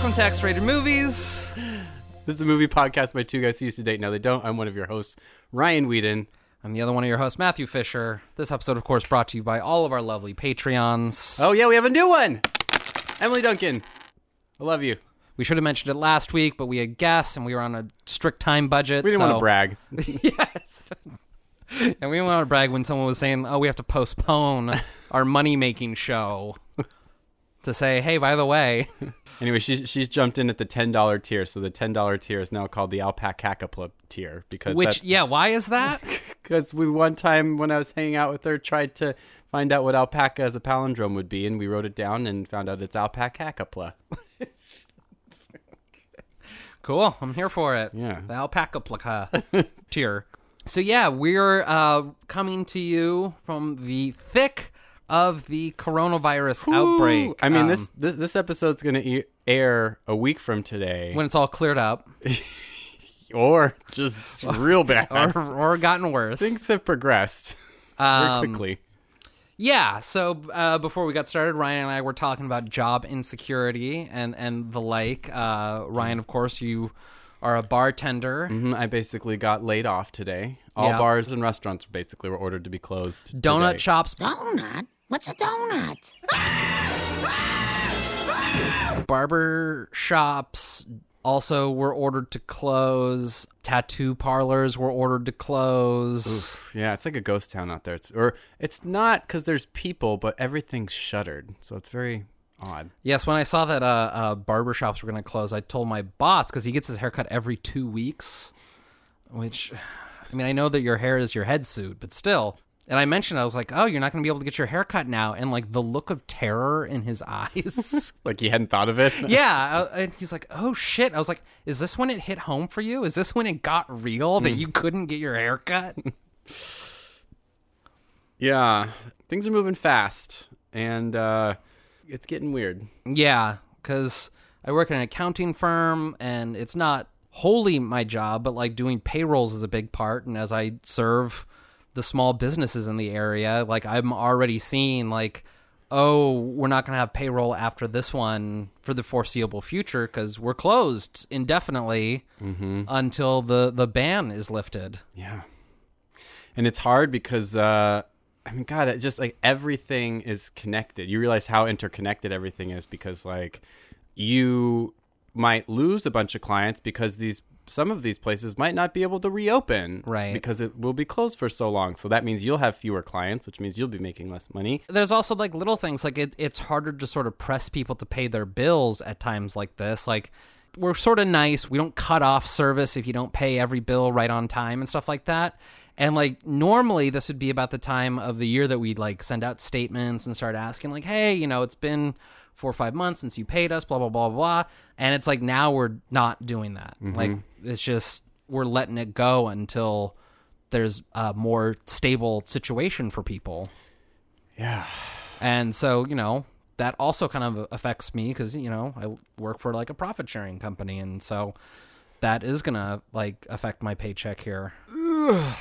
Syntax Rated Movies. This is a movie podcast by two guys who used to date. Now they don't. I'm one of your hosts, Ryan Whedon. I'm the other one of your hosts, Matthew Fisher. This episode, of course, brought to you by all of our lovely Patreons. Oh yeah, we have a new one. Emily Duncan. I love you. We should have mentioned it last week, but we had guests and we were on a strict time budget. We didn't want so- to brag. yes. and we didn't want to brag when someone was saying, oh, we have to postpone our money making show to say, hey, by the way, Anyway, she's she's jumped in at the ten dollar tier, so the ten dollar tier is now called the Alpacacapla tier because which, yeah, why is that? because we one time when I was hanging out with her tried to find out what alpaca as a palindrome would be, and we wrote it down and found out it's Alpacacapla. Cool. I'm here for it. Yeah. The alpaca placa tier. So yeah, we're uh, coming to you from the thick of the coronavirus outbreak. Ooh, I mean, Um, this this this episode's gonna e- air a week from today, when it's all cleared up or just real bad. or, or gotten worse. Things have progressed very quickly. Yeah. So uh, before we got started, Ryan and I were talking about job insecurity and and the like. Uh, Ryan, Mm. of course, you are a bartender. Mhm, I basically got laid off today. All Yeah. bars and restaurants basically were ordered to be closed. Donut today. shops, Donut? What's a donut? barber shops also were ordered to close. Tattoo parlors were ordered to close. Yeah, it's like a ghost town out there. It's or it's not because there's people, but everything's shuttered, so it's very odd. Yes, when I saw that uh, uh, barber shops were going to close, I told my boss because he gets his haircut every two weeks. Which, I mean, I know that your hair is your head suit, but still. And I mentioned I was like, "Oh, you're not going to be able to get your hair cut now," and like the look of terror in his eyes. Like you hadn't thought of it. yeah, I, and he's like, "Oh shit!" I was like, "Is this when it hit home for you? Is this when it got real that you couldn't get your hair cut?" yeah, things are moving fast, and uh, it's getting weird. Yeah, because I work in an accounting firm and it's not wholly my job, but like doing payrolls is a big part. And as I serve the small businesses in the area, like I'm already seeing, like, oh, we're not going to have payroll after this one for the foreseeable future because we're closed indefinitely until the, the ban is lifted. Yeah. And it's hard because uh I mean god, it just like everything is connected. You realize how interconnected everything is because like you might lose a bunch of clients because these some of these places might not be able to reopen Right. because it will be closed for so long. So that means you'll have fewer clients, which means you'll be making less money. there's also like little things like it, it's harder to sort of press people to pay their bills at times like this like we're sort of nice we don't cut off service if you don't pay every bill right on time and stuff like that and like normally this would be about the time of the year that we'd like send out statements and start asking like hey you know it's been four or five months since you paid us blah blah blah blah and it's like now we're not doing that like it's just we're letting it go until there's a more stable situation for people Yeah. and so, you know, that also kind of affects me because, you know, I work for like a profit sharing company. And so that is going to like affect my paycheck here. I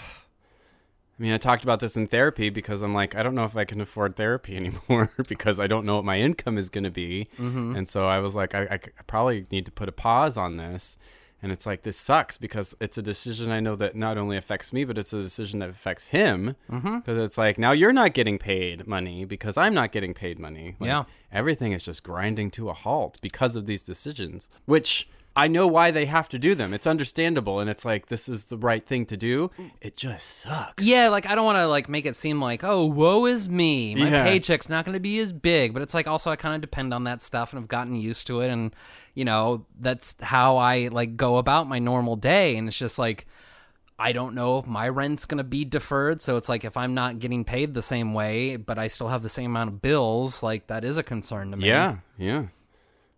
mean, I talked about this in therapy because I'm like, I don't know if I can afford therapy anymore because I don't know what my income is going to be. And so I was like, I, I c- I probably need to put a pause on this. And it's like, this sucks because it's a decision I know that not only affects me, but it's a decision that affects him. Because it's like, now you're not getting paid money because I'm not getting paid money. Like, Yeah. Everything is just grinding to a halt because of these decisions, which I know why they have to do them. It's understandable. And it's like, this is the right thing to do. It just sucks. Yeah, like I don't want to like make it seem like oh woe is me, my Yeah. paycheck's not going to be as big, but it's like also I kind of depend on that stuff and I've gotten used to it, and you know that's how I like go about my normal day, and it's just like I don't know if my rent's going to be deferred, so it's like if I'm not getting paid the same way, but I still have the same amount of bills, like that is a concern to me. Yeah, yeah.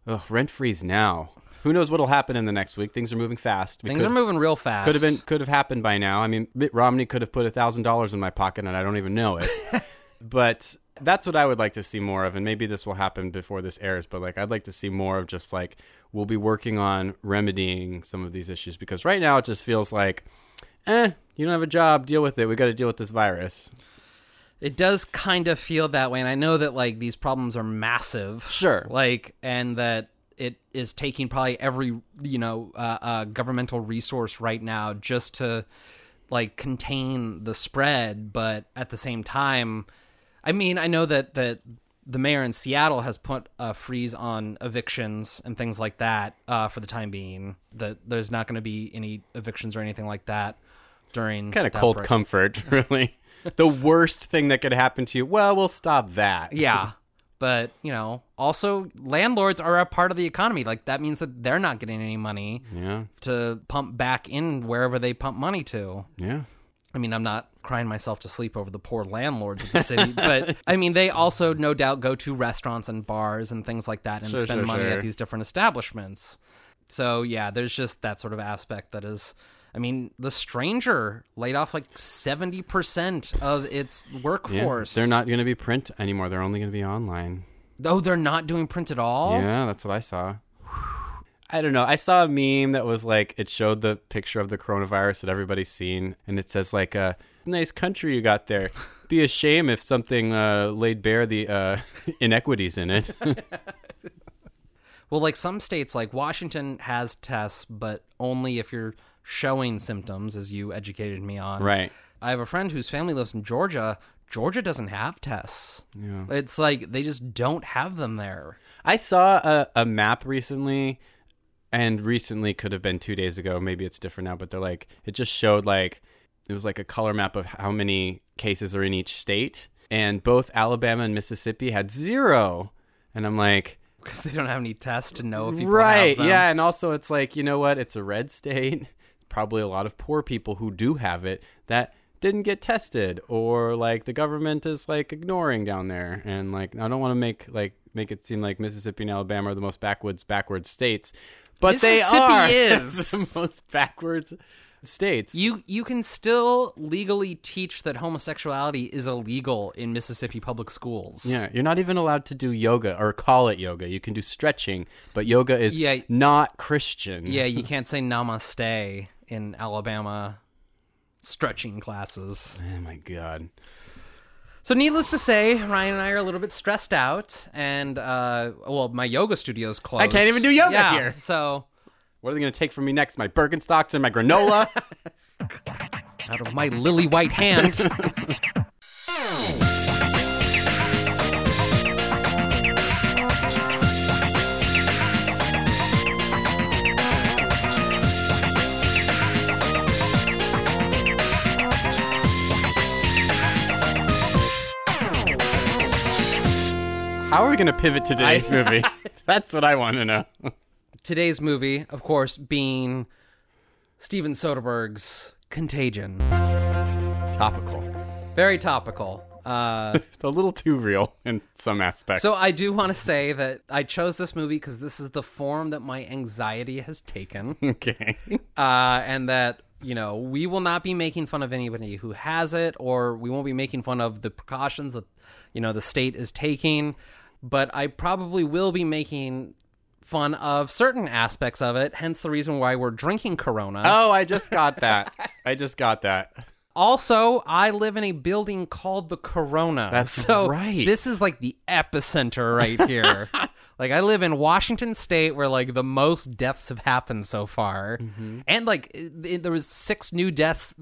Ugh, rent freeze now. Who knows what'll happen in the next week? Things are moving fast. We things could, are moving real fast. Could have been, could have happened by now. I mean, Mitt Romney could have put a thousand dollars in my pocket, and I don't even know it. but that's what I would like to see more of, and maybe this will happen before this airs. But like, I'd like to see more of just like we'll be working on remedying some of these issues because right now it just feels like, eh, you don't have a job, deal with it. We got to deal with this virus. It does kind of feel that way, and I know that like these problems are massive. Sure. Like, and that it is taking probably every you know uh, uh, governmental resource right now just to like contain the spread. But at the same time, I mean, I know that that the mayor in Seattle has put a freeze on evictions and things like that uh, for the time being. That there's not going to be any evictions or anything like that during kind of that cold break. comfort, really. the worst thing that could happen to you. Well, we'll stop that. Yeah. But, you know, also landlords are a part of the economy. Like that means that they're not getting any money Yeah. to pump back in wherever they pump money to. Yeah. I mean, I'm not crying myself to sleep over the poor landlords of the city, but I mean, they also no doubt go to restaurants and bars and things like that and Sure, spend sure, money sure. at these different establishments. So, yeah, there's just that sort of aspect that is. I mean, The Stranger laid off like 70% of its Yeah. workforce. They're not going to be print anymore. They're only going to be online. Oh, they're not doing print at all? Yeah, that's what I saw. I don't know. I saw a meme that was like it showed the picture of the coronavirus that everybody's seen, and it says like uh, "nice country you got there." Be a shame if something uh, laid bare the uh, inequities in it. Well, like some states, like Washington has tests, but only if you're showing symptoms, as you educated me on. right. I have a friend whose family lives in Georgia. Georgia doesn't have tests. Yeah. It's like they just don't have them there. I saw a, a map recently, and recently could have been two days ago. Maybe it's different now, but they're like, it just showed like, it was like a color map of how many cases are in each state. And both Alabama and Mississippi had zero. And I'm like, Because they don't have any tests to know if people right. have them. Yeah. And also, it's like, you know what? It's a red state. Probably a lot of poor people who do have it that didn't get tested or like the government is like ignoring down there. And like, I don't want to make like, make it seem like Mississippi and Alabama are the most backwoods, backwards states, but they Mississippi are is. the most backwards states. You you can still legally teach that homosexuality is illegal in Mississippi public schools. yeah, you're not even allowed to do yoga or call it yoga. You can do stretching, but yoga is Yeah. not Christian. Yeah, you can't say namaste in Alabama stretching classes. Oh my God. So, needless to say, Ryan and I are a little bit stressed out, and uh, well, my yoga studio's closed. I can't even do yoga Yeah, here. So, What are they going to take from me next? My Birkenstocks and my granola? out of my lily white hand. How are we going to pivot to today's I- movie? That's what I want to know. Today's movie, of course, being Steven Soderbergh's Contagion. Topical. Very topical. Uh, It's a little too real in some aspects. so, I do want to say that I chose this movie because this is the form that my anxiety has taken. okay. uh, and that you know we will not be making fun of anybody who has it, or we won't be making fun of the precautions that you know the state is taking. But I probably will be making fun of certain aspects of it. Hence the reason why we're drinking Corona. Oh, I just got that. I just got that. Also, I live in a building called the Corona. That's so right. This is like the epicenter right here. like I live in Washington State, where like the most deaths have happened so far, and like it, it- there was six new deaths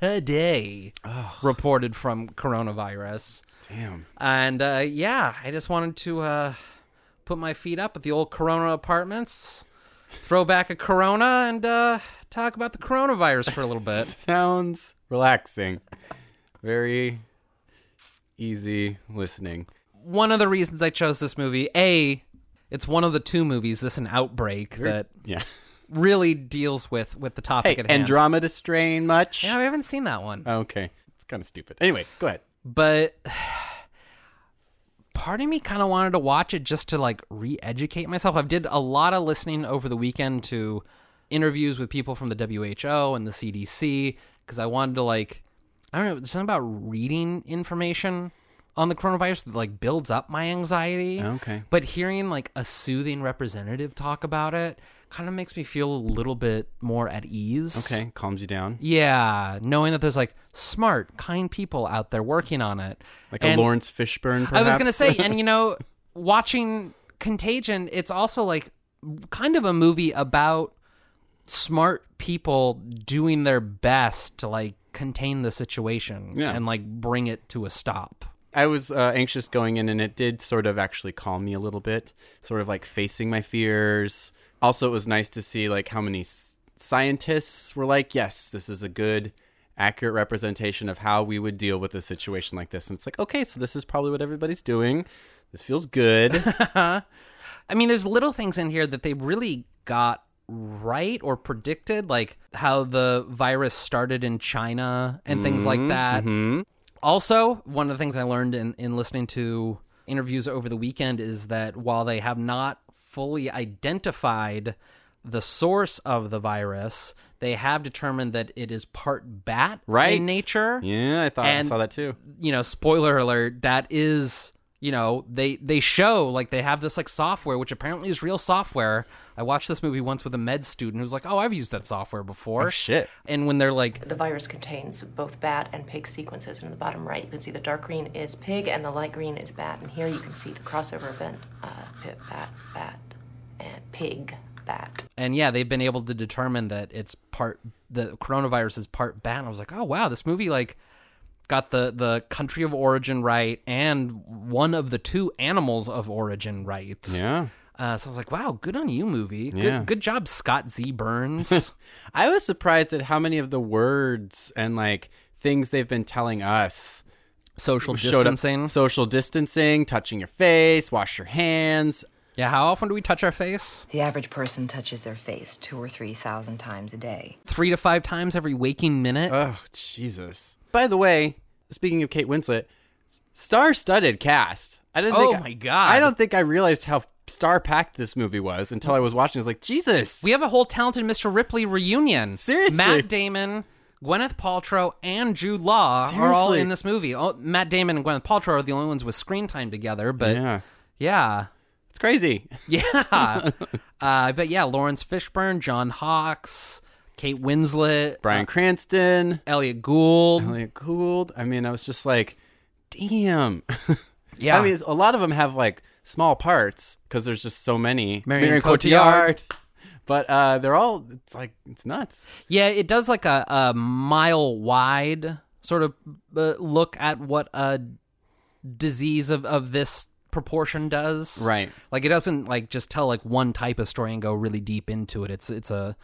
today reported from coronavirus. Damn. And uh, yeah, I just wanted to uh, put my feet up at the old Corona apartments, throw back a Corona, and uh, talk about the coronavirus for a little bit. Sounds relaxing. Very easy listening. one of the reasons I chose this movie, A, it's one of the two movies, this and Outbreak, that Yeah. really deals with with the topic Hey, at hand. Andromeda strain much? yeah, we haven't seen that one. Okay. It's kind of stupid. Anyway, go ahead. but part of me kind of wanted to watch it just to like re-educate myself i've did a lot of listening over the weekend to interviews with people from the who and the cdc because i wanted to like i don't know there's something about reading information on the coronavirus that like builds up my anxiety Okay. but hearing like a soothing representative talk about it kind of makes me feel a little bit more at ease Okay. Calms you down. yeah, knowing that there's like smart, kind people out there working on it. Like And a Lawrence Fishburne, perhaps? I was gonna say, and you know, watching Contagion, it's also like kind of a movie about smart people doing their best to like contain the situation Yeah. and like bring it to a stop. I was uh, anxious going in, and it did sort of actually calm me a little bit, sort of like facing my fears. Also, it was nice to see like how many s- scientists were like, "Yes, this is a good, accurate representation of how we would deal with a situation like this." And it's like, okay, so this is probably what everybody's doing. This feels good. I mean, there's little things in here that they really got right or predicted, like how the virus started in China and things like that. Also, one of the things I learned in, in listening to interviews over the weekend is that while they have not fully identified the source of the virus, they have determined that it is part bat Right. in nature yeah, I thought And- I saw that too. you know spoiler alert that is you know they they show like they have this like software which apparently is real software i watched this movie once with a med student who's like oh i've used that software before Oh, shit. and when they're like The virus contains both bat and pig sequences. And in the bottom right, you can see the dark green is pig and the light green is bat. And here you can see the crossover event uh, pit, bat, bat, and pig, bat. and yeah they've been able to determine that it's part the coronavirus is part bat and i was like oh wow this movie like got the the country of origin right and one of the two animals of origin right Yeah. uh, so i was like wow good on you movie Yeah. good, good job scott z burns I was surprised at how many of the words and like things they've been telling us social showed up. distancing Social distancing, touching your face, wash your hands. Yeah, how often do we touch our face? The average person touches their face two or three thousand times a day. Three to five times every waking minute. Oh, Jesus. By the way, speaking of Kate Winslet, star studded cast. I didn't Oh think my God. I don't think I realized how star packed this movie was until I was watching. I was like, Jesus. we have a whole talented Mr. Ripley reunion. Seriously. Matt Damon, Gwyneth Paltrow, and Jude Law are all Seriously. in this movie. Oh, Matt Damon and Gwyneth Paltrow are the only ones with screen time together, but yeah. yeah. Yeah. It's crazy. uh, but yeah, Lawrence Fishburne, John Hawkes, Kate Winslet, uh, Brian Cranston, Elliot Gould. Elliot Gould. I mean, I was just like, damn. Yeah. I mean, a lot of them have like small parts because there's just so many. Marion Cotillard. But uh, they're all, it's like, it's nuts. Yeah, it does like a, a mile wide sort of uh, look at what a disease of, of this proportion does. Right. Like it doesn't like just tell like one type of story and go really deep into it. It's it's a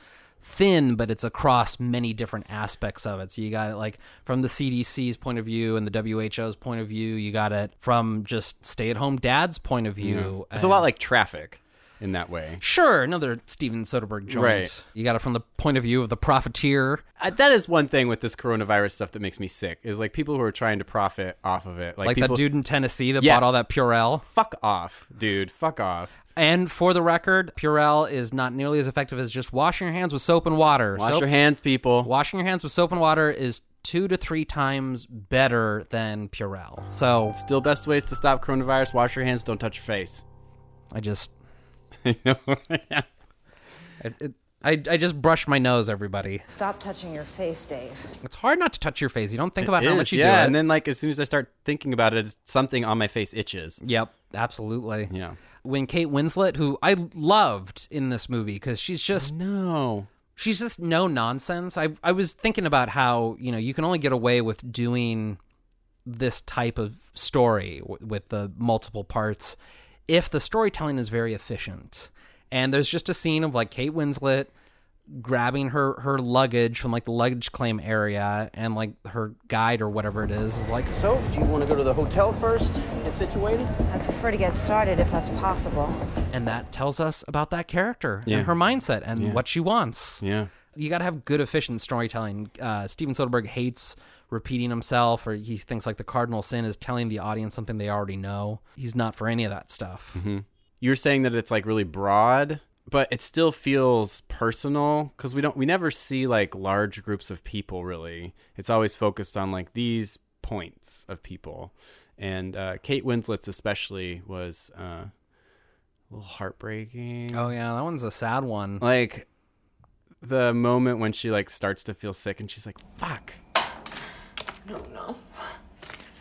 thin, but it's across many different aspects of it. So you got it like from the CDC's point of view and the WHO's point of view. You got it from just stay at home dad's point of view. Mm-hmm. It's a and- lot like traffic in that way. Sure, another Steven Soderbergh joint. Right. You got it from the point of view of the profiteer. I, that is one thing with this coronavirus stuff that makes me sick is like people who are trying to profit off of it. Like, like people, that dude in Tennessee that Yeah. bought all that Purell. Fuck off, dude. Fuck off. And for the record, Purell is not nearly as effective as just washing your hands with soap and water. Wash Soap- your hands, people. Washing your hands with soap and water is two to three times better than Purell. So Still, best ways to stop coronavirus: wash your hands, don't touch your face. I just, You know? I, it, I, I just brush my nose. Everybody, Stop touching your face, Dave. it's hard not to touch your face. You don't think about how Is, much you yeah, do it. and then like as soon as I start thinking about it, something on my face itches. yep, absolutely. Yeah. When Kate Winslet, who I loved in this movie, because she's just No. she's just no nonsense. I I was thinking about how you know you can only get away with doing this type of story w- with the multiple parts if the storytelling is very efficient. And there's just a scene of like Kate Winslet grabbing her her luggage from like the luggage claim area, and like her guide or whatever it is is like, So, do you want to go to the hotel first, get situated? I prefer to get started if that's possible. and that tells us about that character Yeah. and her mindset and what she wants. Yeah. you got to have good efficient storytelling uh, steven soderbergh hates repeating himself or he thinks like the cardinal sin is telling the audience something they already know he's not for any of that stuff You're saying that it's like really broad, but it still feels personal because we don't we never see like large groups of people really. It's always focused on like these points of people, and uh, Kate Winslet's especially was uh, a little heartbreaking. oh yeah that one's a sad one Like the moment when she like starts to feel sick and she's like, "Fuck." No, no.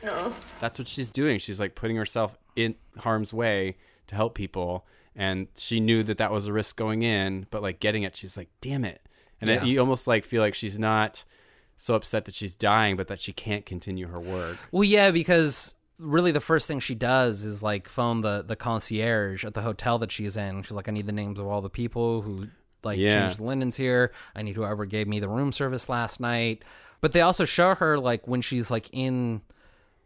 No. That's what she's doing. She's like putting herself in harm's way to help people. and she knew that that was a risk going in, but like getting it, she's like, damn it, and it, Yeah. you almost like feel like she's not so upset that she's dying, but that she can't continue her work. Well, yeah, because really the first thing she does is like phone the the concierge at the hotel that she's in. She's like, I need the names of all the people who like Yeah. changed the linens here. I need whoever gave me the room service last night. But they also show her like when she's like in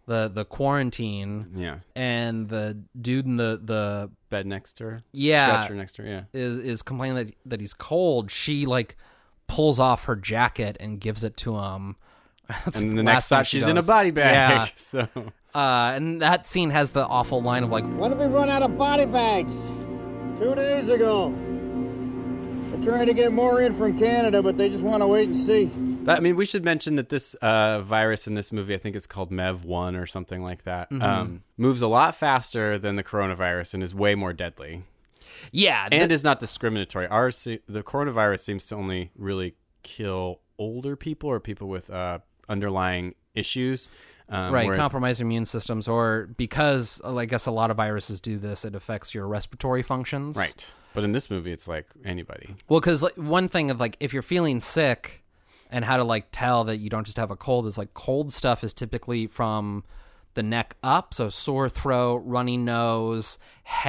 the the quarantine Yeah, and the dude in the the bed next to her. Yeah. stretcher next to her. Yeah, is is complaining that that he's cold, she like pulls off her jacket and gives it to him. That's and like then the last next thing shot, she she's in a does. body bag. Yeah. So Uh, and that scene has the awful line of like, When did we run out of body bags? Two days ago. I tried to get more in from Canada, but they just want to wait and see. That, I mean, we should mention that this uh, virus in this movie, I think it's called MEV one or something like that, Mm-hmm. um, moves a lot faster than the coronavirus and is way more deadly yeah, th- and is not discriminatory. Ours, se- the coronavirus seems to only really kill older people or people with uh, underlying issues. Um, right, whereas- compromised immune systems, or because uh, I guess a lot of viruses do this, it affects your respiratory functions. right. But in this movie, it's like anybody. Well, because like, one thing of like if you're feeling sick, and how to like tell that you don't just have a cold is like cold stuff is typically from the neck up, so sore throat, runny nose,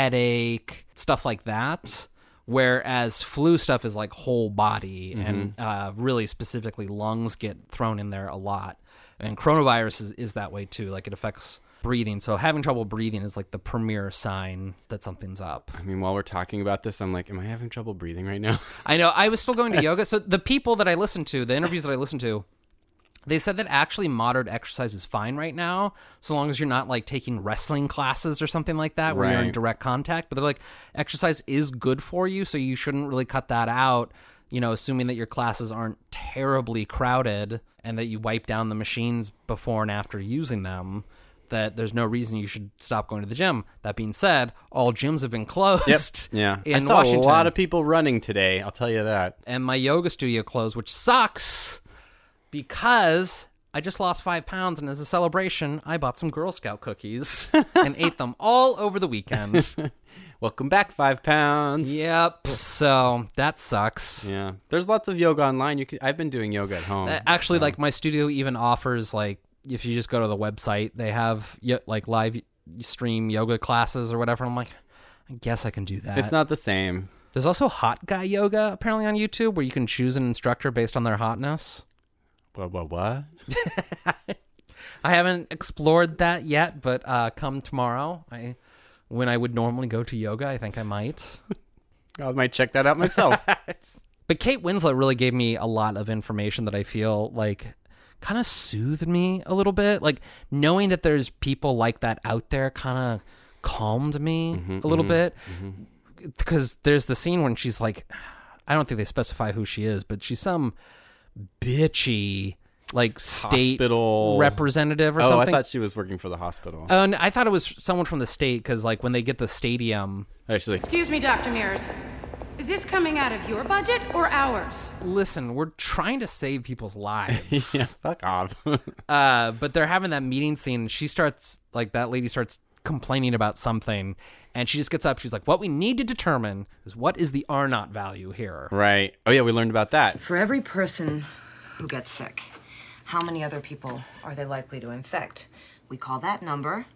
headache, stuff like that. Whereas flu stuff is like whole body, and uh, really specifically lungs get thrown in there a lot. And coronavirus is, is that way too. Like it affects breathing. So having trouble breathing is like the premier sign that something's up. I mean, while we're talking about this, I'm like, am I having trouble breathing right now? I know. I was still going to yoga. So the people that I listened to, the interviews that I listened to, they said that actually moderate exercise is fine right now, so long as you're not like taking wrestling classes or something like that where you're in Right. direct contact. But they're like, exercise is good for you, so you shouldn't really cut that out. You know, assuming that your classes aren't terribly crowded and that you wipe down the machines before and after using them, that there's no reason you should stop going to the gym. That being said, all gyms have been closed. Yeah. in I saw Washington a lot of people running today. I'll tell you that. and my yoga studio closed, which sucks because I just lost five pounds. And as a celebration, I bought some Girl Scout cookies and ate them all over the weekend. Welcome back, five pounds. yep. So that sucks. Yeah, there's lots of yoga online. You can, I've been doing yoga at home. Uh, Actually, like my studio even offers, like, if you just go to the website, they have y- like live stream yoga classes or whatever. I'm like, I guess I can do that. it's not the same. There's also hot guy yoga apparently on YouTube where you can choose an instructor based on their hotness. What? What? What? I haven't explored that yet, but uh, come tomorrow, I when I would normally go to yoga, I think I might. I might check that out myself. Oh, But Kate Winslet really gave me a lot of information that I feel like kind of soothed me a little bit. Like knowing that there's people like that out there kind of calmed me Mm-hmm, a little bit. Because there's the scene when she's like, I don't think they specify who she is, but she's some bitchy like state Hospital- representative or oh, I something. thought she was working for the hospital. Oh, no, I thought it was someone from the state because, like, when they get the stadium, Actually, Excuse me, Dr. Mears. Is this coming out of your budget or ours? listen, we're trying to save people's lives. yeah, fuck off. uh, but they're having that meeting scene. and She starts, like, that lady starts complaining about something, and she just gets up. She's like, What we need to determine is what is the R naught value here? right. Oh yeah, we learned about that. For every person who gets sick, how many other people are they likely to infect? We call that number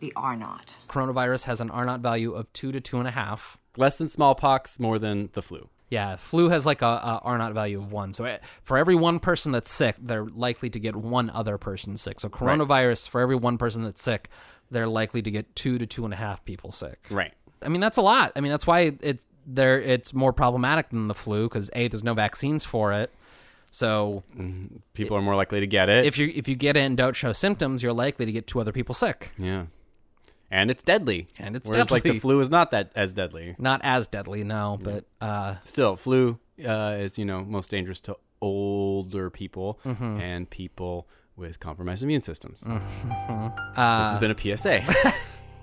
the R naught. Coronavirus has an R naught value of two to two and a half. Less than smallpox, more than the flu. Yeah, flu has like a, a R naught value of one. So eh, for every one person that's sick, they're likely to get one other person sick. So coronavirus, for every one person that's sick, they're likely to get two to two and a half people sick. Right. I mean, that's a lot. I mean, that's why it, it there it's more problematic than the flu because a there's no vaccines for it. So People are more likely to get it. if you if you get it and don't show symptoms, you're likely to get two other people sick. yeah. And it's deadly. And it's Whereas, like deadly. the flu is not that as deadly. Not as deadly, no, but uh, Still, flu uh, is you know most dangerous to older people and people with compromised immune systems. this has been a PSA.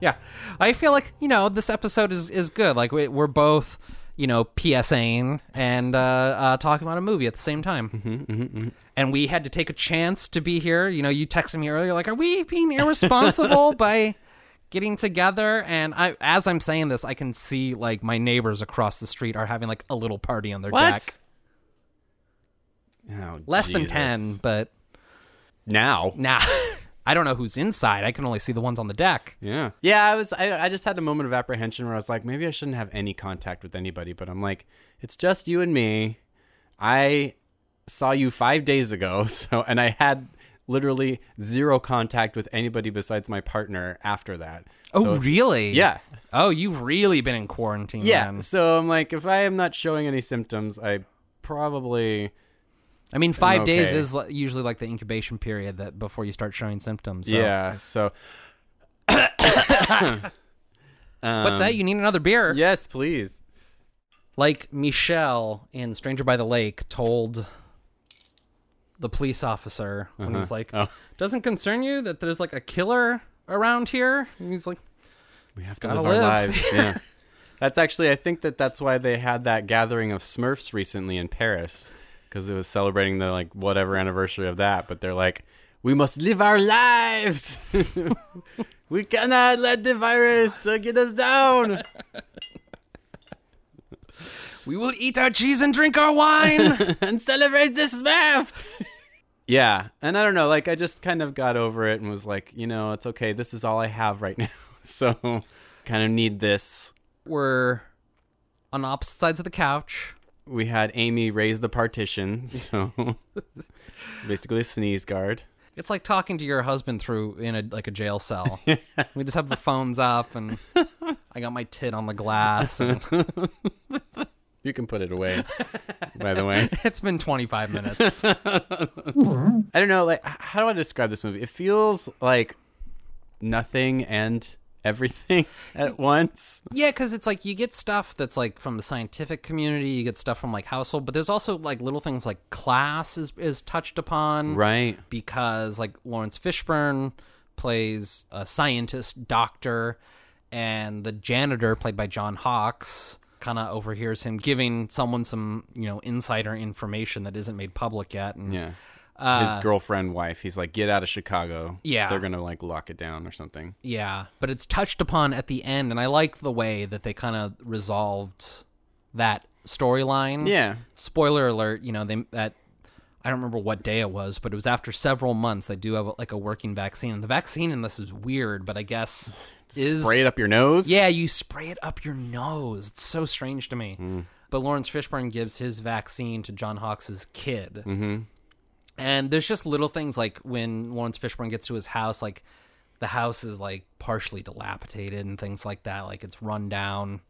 Yeah, I feel like you know this episode is is good. Like we, we're both you know PSAing and uh, uh, talking about a movie at the same time. Mm-hmm, And we had to take a chance to be here. You know, you texted me earlier, like, "Are we being irresponsible by getting together and I as I'm saying this, I can see like my neighbors across the street are having like a little party on their deck. Oh, Less than Jesus. 10, but Now. nah. I don't know who's inside. I can only see the ones on the deck. Yeah. Yeah, I was I, I just had a moment of apprehension where I was like, maybe I shouldn't have any contact with anybody, but I'm like, it's just you and me. I saw you 5 days ago, so and I had literally zero contact with anybody besides my partner after that. So Oh, it's- really? Yeah. Oh, you've really been in quarantine. Yeah. man. So I'm like, if I am not showing any symptoms, I probably I mean, five days okay. is li- usually like the incubation period that before you start showing symptoms. So. yeah. So What's um, that? You need another beer? yes, please. Like Michelle in Stranger by the Lake told the police officer when he's like, Oh. "Doesn't concern you that there's like a killer around here?" And he's like, We have to Gotta live, live. our lives. Yeah. That's actually, I think that that's why they had that gathering of Smurfs recently in Paris because it was celebrating the like whatever anniversary of that. But they're like, we must live our lives. we cannot let the virus uh, get us down. "We will eat our cheese and drink our wine." and celebrate the Smurfs. yeah, and I don't know, like I just kind of got over it and was like, you know, it's okay. This is all I have right now, so kind of need this. We're on opposite sides of the couch. We had Amy raise the partition, so basically a sneeze guard. It's like talking to your husband through in a like a jail cell. we just have the phones up, and I got my tit on the glass. And You can put it away, by the way. it's been 25 minutes. I don't know, like h- how do I describe this movie? It feels like nothing and everything at once. yeah, because it's like you get stuff that's like from the scientific community, you get stuff from like household, but there's also like little things like class is is touched upon, Right. Because like Lawrence Fishburne plays a scientist doctor, and the janitor played by John Hawkes kind of overhears him giving someone some you know insider information that isn't made public yet, and Yeah. His girlfriend, wife. He's like, get out of Chicago. Uh, Yeah. Mm. They're going to like lock it down or something. Yeah, but it's touched upon at the end, and I like the way that they kind of resolved that storyline. Yeah. Spoiler alert, you know, they that I don't remember what day it was, but it was after several months they do have like a working vaccine. And the vaccine in this is weird, but I guess is Spray it up your nose. Yeah, you spray it up your nose. It's so strange to me. But Lawrence Fishburne gives his vaccine to John Hawks' kid. Mm-hmm. And there's just little things like when Lawrence Fishburne gets to his house, like the house is like partially dilapidated and things like that. Like it's run down.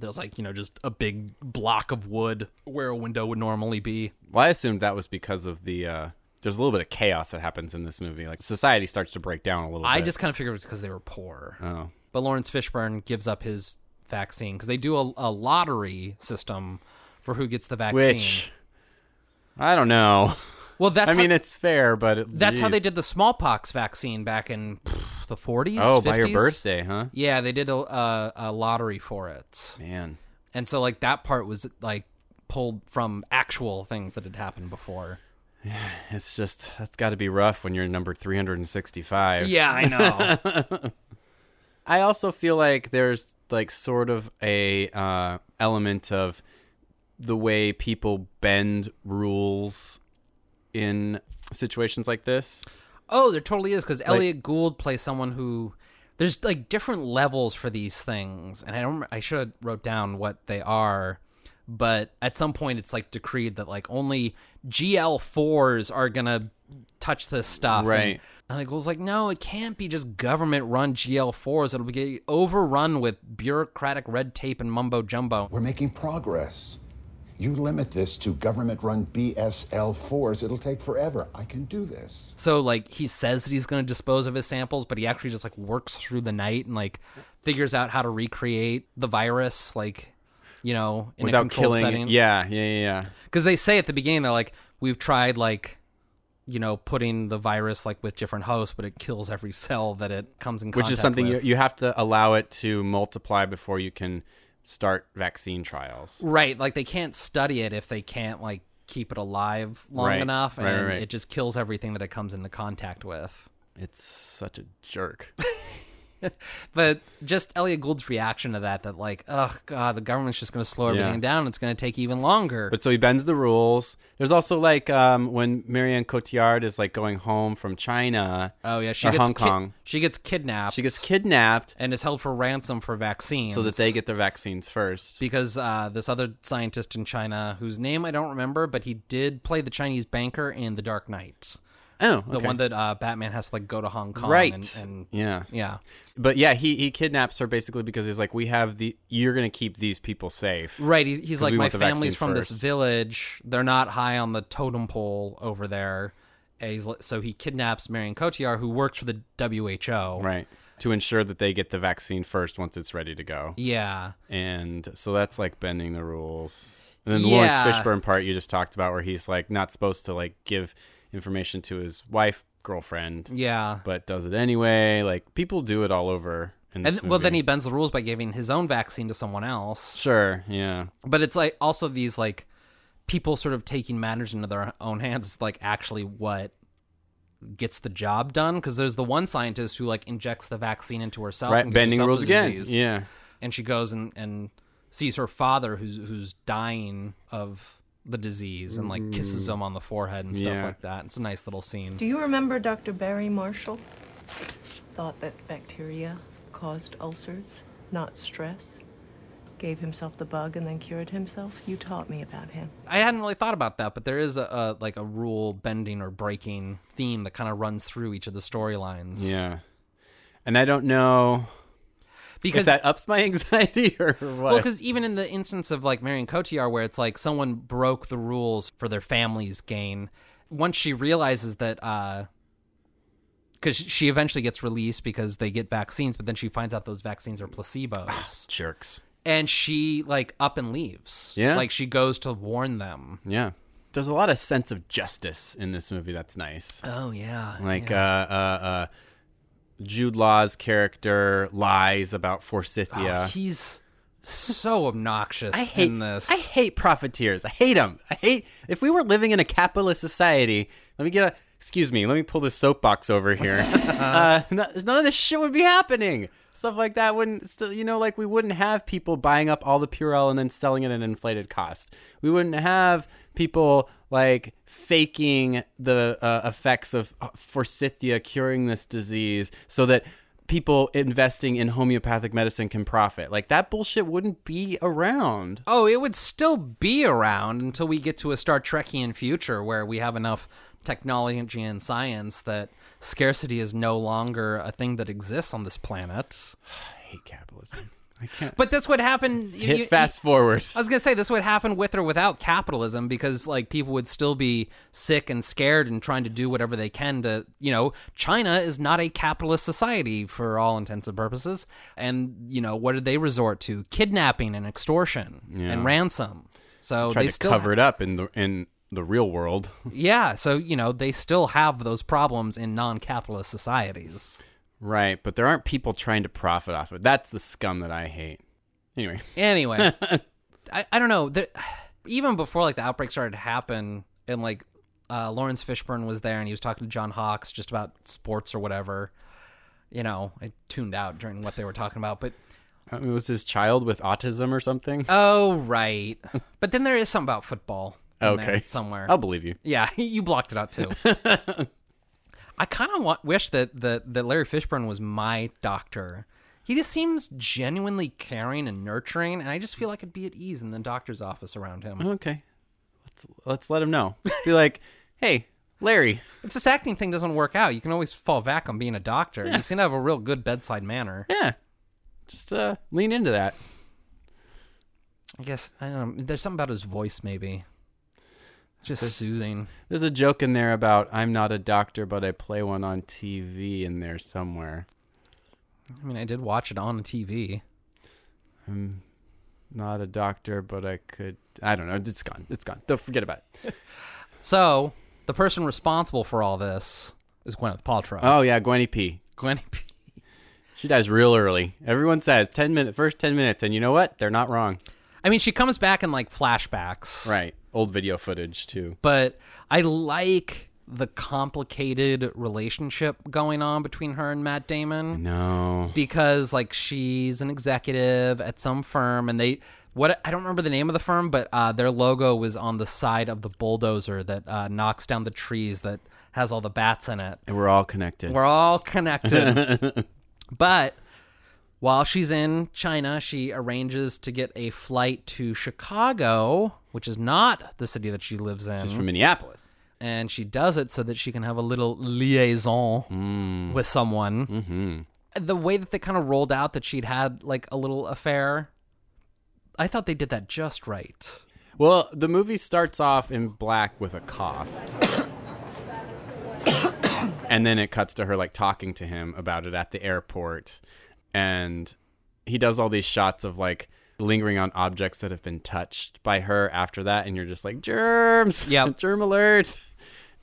There's like, you know, just a big block of wood where a window would normally be. Well, I assumed that was because of the. Uh, there's a little bit of chaos that happens in this movie. Like society starts to break down a little I bit. just kind of figured it's because they were poor. Oh. But Lawrence Fishburne gives up his vaccine because they do a, a lottery system for who gets the vaccine. Which. I don't know. well, that's I mean, how, it's fair, but. It, that's how geez. they did the smallpox vaccine back in pff, the 40s. Oh, by your 50s? birthday, huh? Yeah, they did a, a, a lottery for it, Man. and so like that part was like pulled from actual things that had happened before. It's just. That's got to be rough when you're number 365. Yeah, I know. I also feel like there's like sort of a uh, element of the way people bend rules in situations like this. Oh, there totally is because Elliot Gould plays someone who there's like different levels for these things, and I don't. rem- I should have wrote down what they are, but at some point it's like decreed that like only GL fours are gonna touch this stuff, and- Right. And like Gould's like, no, it can't be just government run GL fours. It'll be overrun with bureaucratic red tape and mumbo jumbo. We're making progress. You limit this to government run BSL 4s, it'll take forever. I can do this. So like he says that he's going to dispose of his samples, but he actually just like works through the night and like figures out how to recreate the virus, like you know, in a Without controlled killing, setting. yeah, yeah, yeah, yeah. because they say at the beginning they're like, we've tried like you know putting the virus like with different hosts, but it kills every cell that it comes in contact Which is something you, with. you have to allow it to multiply before you can start vaccine trials. right like they can't study it if they can't like keep it alive long Right, enough, and right, right, right. it just kills everything that it comes into contact with. It's such a jerk. but just Elliot Gould's reaction to that, that like, oh god, the government's just going to slow Yeah. everything down. It's going to take even longer. But so he bends the rules. There's also like um, when Marianne Cotillard is like going home from China. oh yeah, she or gets Hong ki- Kong. she gets kidnapped. She gets kidnapped and is held for ransom for vaccines, so that they get their vaccines first. because uh, this other scientist in China, whose name I don't remember, but he did play the Chinese banker in The Dark Knight, Oh, the okay. one that uh, Batman has to like go to Hong Kong, right? And, and yeah, yeah, But yeah, he he kidnaps her basically because he's like, we have the you're gonna keep these people safe, right. He's, he's 'Cause like, we my want the family's vaccine from this first." village. They're not high on the totem pole over there. And he's, li- so he kidnaps Marion Cotillard, who works for the WHO. right? To ensure that they get the vaccine first once it's ready to go, Yeah. and so that's like bending the rules. And then Yeah. the Lawrence Fishburne part you just talked about, where he's like not supposed to like give information to his wife girlfriend, Yeah. but does it anyway. Like people do it all over. In this and well, then movie. he bends the rules by giving his own vaccine to someone else. sure, yeah, but it's like also these like people sort of taking matters into their own hands is like actually what gets the job done because there's the one scientist who like injects the vaccine into herself right. and gives Bending herself rules the again, disease. yeah. and she goes and and sees her father who's who's dying of the disease and like kisses him on the forehead and stuff Mm-hmm. Yeah. like that it's a nice little scene Do you remember Dr. Barry Marshall? Thought that bacteria caused ulcers, not stress. Gave himself the bug and then cured himself. You taught me about him. i hadn't really thought about that but there is a, a like a rule bending or breaking theme that kind of runs through each of the storylines Yeah. And I don't know because if that ups my anxiety or what. Well, because even in the instance of like Marion Cotillard, where it's like someone broke the rules for their family's gain, once she realizes that, because she eventually gets released because they get vaccines, but then she finds out those vaccines are placebos, jerks. and she like up and leaves. Yeah. like she goes to warn them. Yeah. There's a lot of sense of justice in this movie that's nice. Oh yeah, Like uh, uh, uh, Jude Law's character lies about Forsythia. Oh, he's so obnoxious I hate in this. I hate profiteers. I hate them. I hate. If we were living in a capitalist society, let me get a. Excuse me. Let me pull this soapbox over here. uh, no- none of this shit would be happening. Stuff like that wouldn't. Still, you know, like we wouldn't have people buying up all the Purell and then selling it at an inflated cost. We wouldn't have people like faking the uh, effects of uh, forsythia curing this disease so that people investing in homeopathic medicine can profit like that bullshit wouldn't be around Oh, it would still be around until we get to a Star Trekian future where we have enough technology and science that scarcity is no longer a thing that exists on this planet. hate capitalism. I can't. But this would happen. you- Hit you- Oh, fast forward. I was gonna say this would happen with or without capitalism because like people would still be sick and scared and trying to do whatever they can to you know China is not a capitalist society for all intents and purposes and you know what did they resort to kidnapping and extortion and ransom so Tried they to still cover it up in the in the real world. yeah so you know they still have those problems in non-capitalist societies right, but there aren't people trying to profit off of it. That's the scum that I hate. Anyway, Anyway, I, I don't know. There, even before like the outbreak started to happen, and like uh, Lawrence Fishburne was there, and he was talking to John Hawks just about sports or whatever. You know, I tuned out during what they were talking about, but I mean, was his child with autism or something? oh right. But then there is something about football. in there okay, somewhere. I'll believe you. Yeah, you blocked it out too. I kind of want wish that, that that Larry Fishburne was my doctor. He just seems genuinely caring and nurturing, and I just feel like I'd be at ease in the doctor's office around him. Okay, let's let's let him know. Let's be like, hey, Larry. if this acting thing doesn't work out, you can always fall back on being a doctor. You seem to have a real good bedside manner. Yeah, just uh, lean into that. I guess I don't know. There's something about his voice, maybe. Just soothing. There's a joke in there about I'm not a doctor, but I play one on TV in there somewhere. I mean, I did watch it on TV. not a doctor, but I could. I don't know. It's gone. It's gone. Don't forget about it. So the person responsible for all this is Gwyneth Paltrow. Oh yeah, Gwenny P. Gwen P. She dies real early. Everyone says ten minute first ten minutes, and you know what? They're not wrong. I mean, she comes back in like flashbacks, Right. Old video footage too. But I like the complicated relationship going on between her and Matt Damon. No. Because like she's an executive at some firm and they what I don't remember the name of the firm, but uh, their logo was on the side of the bulldozer that uh, knocks down the trees that has all the bats in it. And we're all connected. We're all connected. but while she's in China, she arranges to get a flight to Chicago, which is not the city that she lives in. She's from Minneapolis. And she does it so that she can have a little liaison with someone. Mm-hmm. The way that they kind of rolled out that she'd had like a little affair, I thought they did that just right. Well, the movie starts off in black with a cough. and then it cuts to her like talking to him about it at the airport. And he does all these shots of like lingering on objects that have been touched by her after that and you're just like germs. Yeah. Germ alert.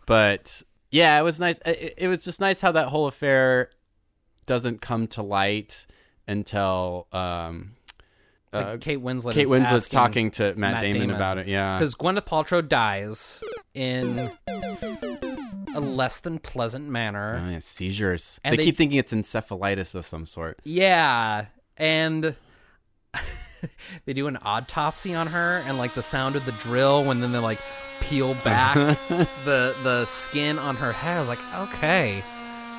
But yeah, it was nice it, it was just nice how that whole affair doesn't come to light until um Like, Kate Winslet. Kate is Winslet's asking talking to Matt, Damon, about it. Yeah. because Gwyneth Paltrow dies in a less than pleasant manner. Oh, yeah, seizures. And They, they- keep thinking it's encephalitis of some sort. Yeah, and they do an autopsy on her, and like the sound of the drill when then they like peel back the the skin on her head. I was like, okay,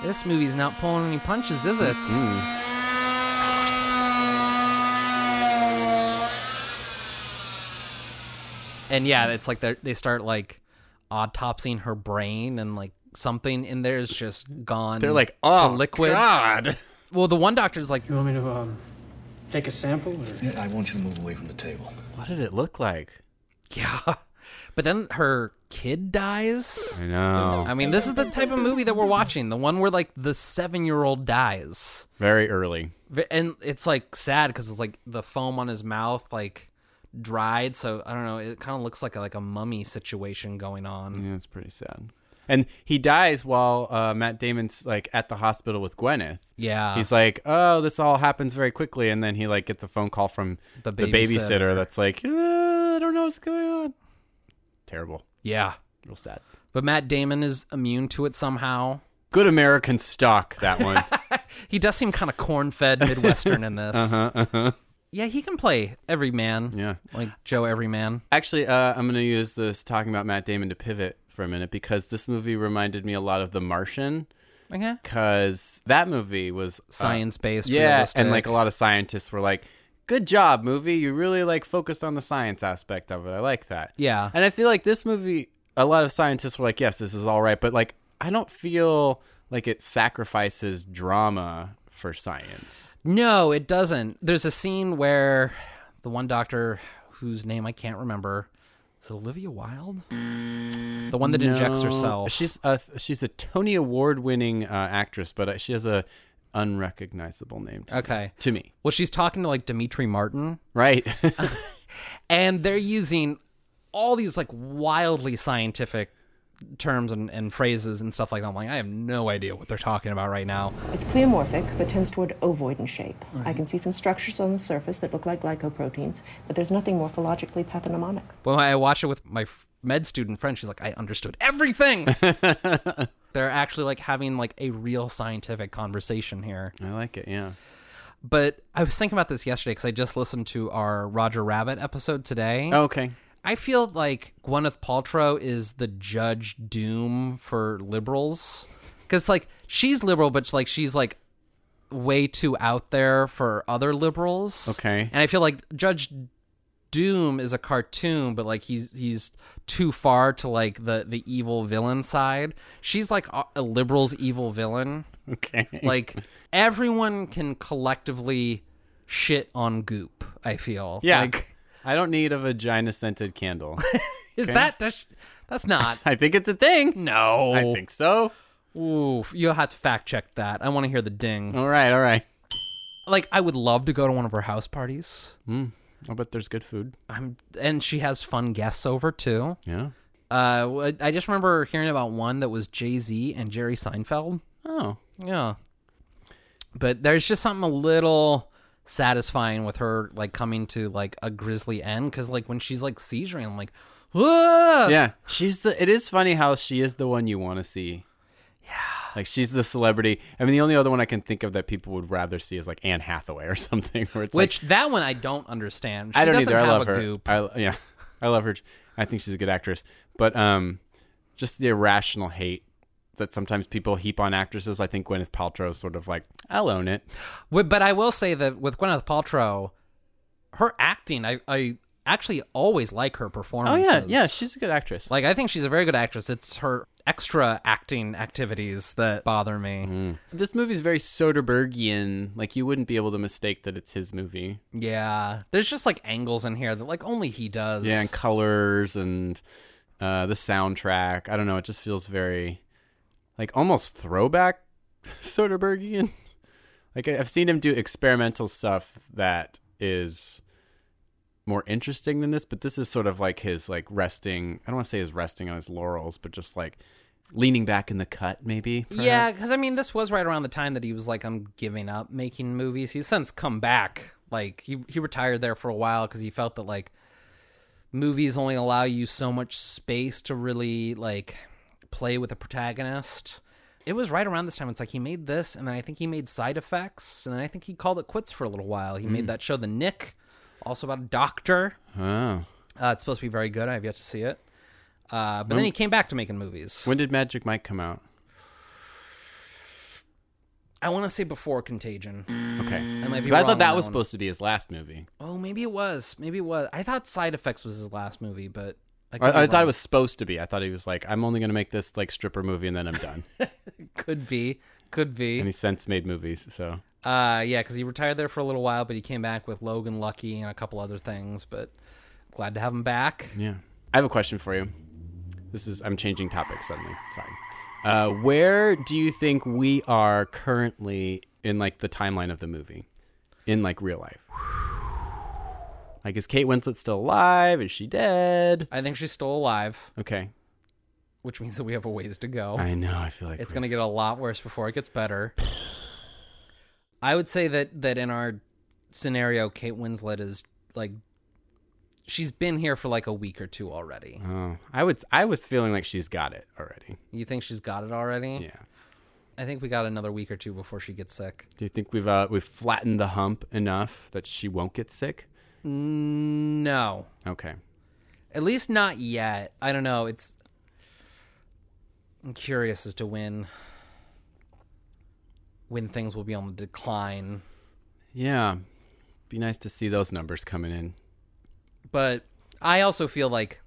this movie's not pulling any punches, is it? And yeah, it's like they they start like autopsying her brain and like something in there is just gone. They're like, oh, to liquid. God. Well, the one doctor's like, You want me to um, take a sample? Or? Yeah, I want you to move away from the table. What did it look like? Yeah. But then her kid dies. I know. I mean, this is the type of movie that we're watching. The one where like the seven year old dies. Very early. V- And it's like sad because it's like the foam on his mouth like dried. So I don't know. It kind of looks like a, like a mummy situation going on. Yeah, it's pretty sad. And he dies while uh, Matt Damon's like at the hospital with Gwyneth. Yeah. He's like, oh, this all happens very quickly, and then he like gets a phone call from The the babysitter. babysitter that's like, "Uh, I don't know what's going on. Terrible. Yeah. Real sad. But Matt Damon is immune to it somehow. Good American stock that one. He does seem kind of corn fed Midwestern in this. uh-huh, uh-huh. Yeah, he can play every man. Yeah. Like Joe Everyman. Actually, uh, I'm going to use this talking about Matt Damon to pivot for a minute because this movie reminded me a lot of The Martian Uh-huh. Okay. because that movie was uh, Science based. yeah, and like a lot of scientists were like, "Good job, movie. You really like focused on the science aspect of it. I like that." Yeah. and I feel like this movie, a lot of scientists were like, "Yes, this is all right," but like, I don't feel like it sacrifices drama for science. No, it doesn't. There's a scene where the one doctor whose name I can't remember is it Olivia Wilde, the one that injects No. herself. She's a she's a Tony Award winning uh, actress, but uh, she has a unrecognizable name. To, okay. to me, Well, she's talking to like Dimitri Martin, right? and they're using all these like wildly scientific terms and, and phrases and stuff like that. I'm like, I have no idea what they're talking about right now. It's pleomorphic, but tends toward ovoid in shape. I can see some structures on the surface that look like glycoproteins, but there's nothing morphologically pathognomonic. But when I watched it with my f- med student friend, she's like, I understood everything. They're actually like having like a real scientific conversation here. I like it. Yeah. But I was thinking about this yesterday because I just listened to our Roger Rabbit episode today. Oh, Okay. I feel like Gwyneth Paltrow is the Judge Doom for liberals because like she's liberal, but like she's like way too out there for other liberals. Okay. and I feel like Judge Doom is a cartoon, but like he's he's too far to like the the evil villain side. She's like a, a liberal's evil villain. Okay. Like everyone can collectively shit on Goop. I feel Yeah. Like, I don't need a vagina scented candle. is that that's, that's not I think it's a thing. no? I think so. Ooh, you'll have to fact check that. I want to hear the ding. All right, all right. Like I would love to go to one of her house parties. I'll bet there's good food. I'm and she has fun guests over too. Yeah. Uh, wh- I just remember hearing about one that was Jay Z and Jerry Seinfeld. Oh. Yeah. But there's just something a little satisfying with her like coming to like a grisly end because like when she's like seizuring, I'm like, Yeah, she's the. It is funny how she is the one you want to see. Yeah, like she's the celebrity. I mean, the only other one I can think of that people would rather see is like Anne Hathaway or something. Where it's Which like, that one I don't understand. She I don't doesn't either. I have love a her. goop. I yeah, I love her. I think she's a good actress, but um, just the irrational hate that sometimes people heap on actresses. I think Gwyneth Paltrow is sort of like I'll own it. Wi- But I will say that with Gwyneth Paltrow, her acting, I, I actually always like her Oh performances. yeah, yeah, she's a good actress. Like I think she's a very good actress. It's her extra acting activities that bother me. Mm-hmm. This movie's very Soderberghian. Like you wouldn't be able to mistake that it's his movie. Yeah, there's just like angles in here that like only he does. Yeah, and colors and uh, the soundtrack. I don't know. It just feels very like almost throwback Soderberghian. Like I- I've seen him do experimental stuff that is more interesting than this, but this is sort of like his like resting. I don't want to say his resting on his laurels, but just like leaning back in the cut, maybe. Yeah, perhaps? because I mean, this was right around the time that he was like, "I'm giving up making movies." He's since come back. Like he he retired there for a while because he felt that like movies only allow you so much space to really like play with a protagonist. It was right around this time. It's like he made this, and then I think he made Side Effects, and then I think he called it quits for a little while. He Mm. made that show, The Nick, also about a doctor. Oh. Uh, it's supposed to be very good. I have yet to see it. Uh, but When- then he came back to making movies. When did Magic Mike come out? I want to say before Contagion. Okay. I might be. 'Cause Mm, I wrong on thought that was one. supposed to be his last movie. Oh, maybe it was. Maybe it was. I thought Side Effects was his last movie, but could be I, I thought wrong. it was supposed to be. I thought he was like, I'm only going to make this like stripper movie and then I'm done. could be could and be. he's since made movies. So Uh, yeah, because he retired there for a little while, but he came back with Logan Lucky and a couple other things. But glad to have him back. yeah, I have a question for you. This is I'm changing topics suddenly. Sorry. Uh, where do you think we are currently in like the timeline of the movie, in like real life? Like, is Kate Winslet still alive? Is she dead? I think she's still alive, Okay. which means that we have a ways to go. I know. I feel like it's going to get a lot worse before it gets better. I would say that that in our scenario, Kate Winslet is like she's been here for like a week or two already. Oh, I would. I was feeling like she's got it already. You think she's got it already? Yeah. I think we got another week or two before she gets sick. Do you think we've uh, we've flattened the hump enough that she won't get sick? No. Okay. At least not yet. I don't know. It's I'm curious as to when when things will be on the decline. Yeah. Be nice to see those numbers coming in. But I also feel like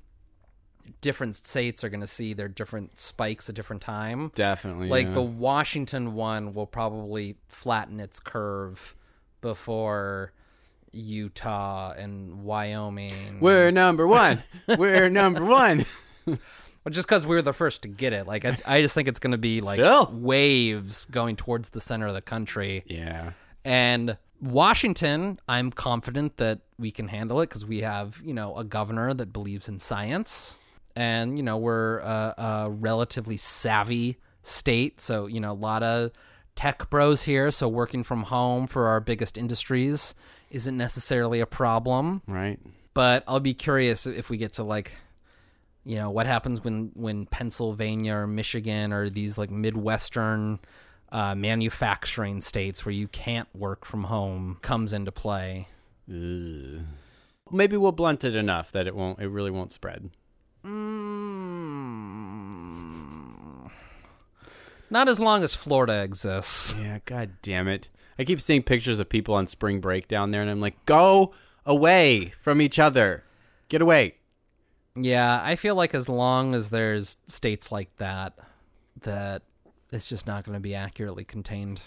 different states are going to see their different spikes at different time. Definitely. Like yeah. the Washington one will probably flatten its curve before Utah and Wyoming. We're number one. We're number one. Well, just because we were the first to get it, like I, I just think it's going to be like Still. waves going towards the center of the country. Yeah. And Washington, I'm confident that we can handle it because we have, you know, a governor that believes in science, and you know we're a, a relatively savvy state, so you know a lot of tech bros here. So working from home for our biggest industries isn't necessarily a problem Right. but I'll be curious if we get to like you know what happens when when Pennsylvania or Michigan or these like midwestern uh, manufacturing states where you can't work from home comes into play. Ugh. Maybe we'll blunt it enough that it won't. It really won't spread. Not as long as Florida exists. Yeah. God damn it. I keep seeing pictures of people on spring break down there, and I'm like, go away from each other. Get away. Yeah, I feel like as long as there's states like that, that it's just not going to be accurately contained.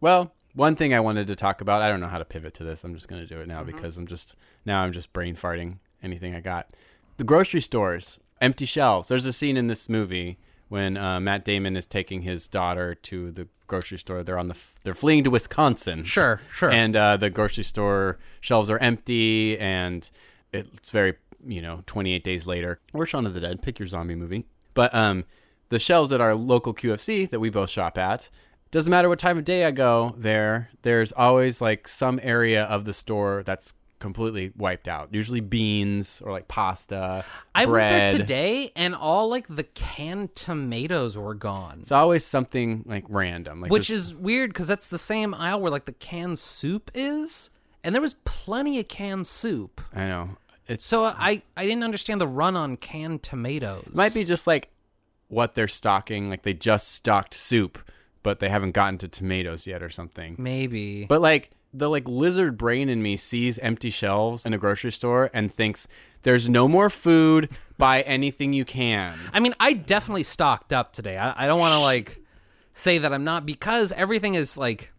Well, one thing I wanted to talk about, I don't know how to pivot to this. I'm just going to do it now Mm-hmm. because I'm just now I'm just brain farting anything I got. The grocery stores, empty shelves. There's a scene in this movie when uh, Matt Damon is taking his daughter to the grocery store. They're on the f- they're fleeing to Wisconsin. Sure, sure. And uh, the grocery store shelves are empty and it's very, you know, 28 days later. Or Shaun of the Dead, pick your zombie movie. But um, the shelves at our local QFC that we both shop at, doesn't matter what time of day I go there, there's always like some area of the store that's completely wiped out. Usually beans or like pasta. I went bread. there today, and all like the canned tomatoes were gone, It's always something like random, like which there's- is weird because that's the same aisle where like the canned soup is, and there was plenty of canned soup. I know it's So uh, I I didn't understand the run on canned tomatoes. It might be just like what they're stocking. Like they just stocked soup, but they haven't gotten to tomatoes yet or something. Maybe. But like the like lizard brain in me sees empty shelves in a grocery store and thinks there's no more food. Buy anything you can. I mean, I definitely stocked up today. I, I don't want to like say that I'm not because everything is like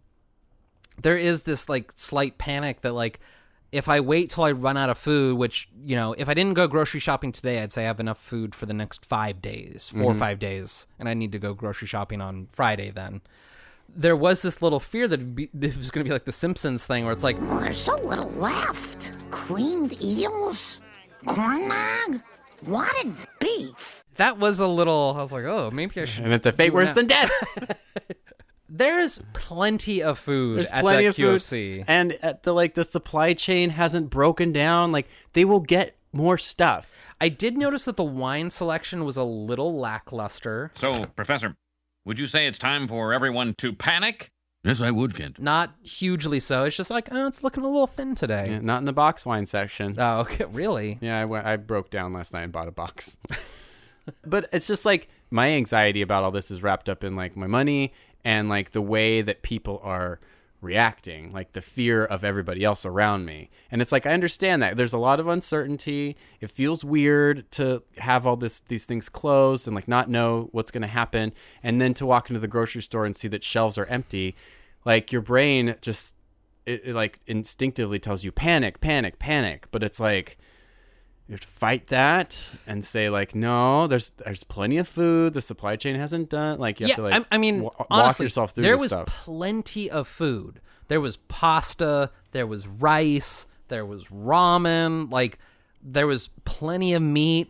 there is this like slight panic that like if I wait till I run out of food, which you know, if I didn't go grocery shopping today, I'd say I have enough food for the next five days, 4 or Mhm. five days, and I need to go grocery shopping on Friday then. There was this little fear that it'd be, that it was going to be like the Simpsons thing, where it's like There's so little left. Creamed eels? Corn dog? Wadded beef? that was a little. I was like, oh, maybe I should. And it's a fate do worse now. than death. There's plenty of food There's at plenty that of food, QFC. and at the like the supply chain hasn't broken down. Like they will get more stuff. I did notice that the wine selection was a little lackluster. So, Professor, would you say it's time for everyone to panic? Yes, I would, Kent. Not hugely so. It's just like, oh, it's looking a little thin today. Yeah, not in the box wine section. Oh, okay, really? Yeah, I went. I broke down last night and bought a box. but it's just like my anxiety about all this is wrapped up in like my money and like the way that people are reacting, like the fear of everybody else around me. And it's like I understand that there's a lot of uncertainty. It feels weird to have all this these things closed and like not know what's going to happen, and then to walk into the grocery store and see that shelves are empty. Like your brain just it, it like instinctively tells you panic, panic, panic. But it's like you have to fight that and say like, no, there's there's plenty of food. The supply chain hasn't done like you yeah, have to like. I, I mean, wa- walk honestly, yourself through there this was stuff. plenty of food. There was pasta. There was rice. There was ramen. Like, there was plenty of meat.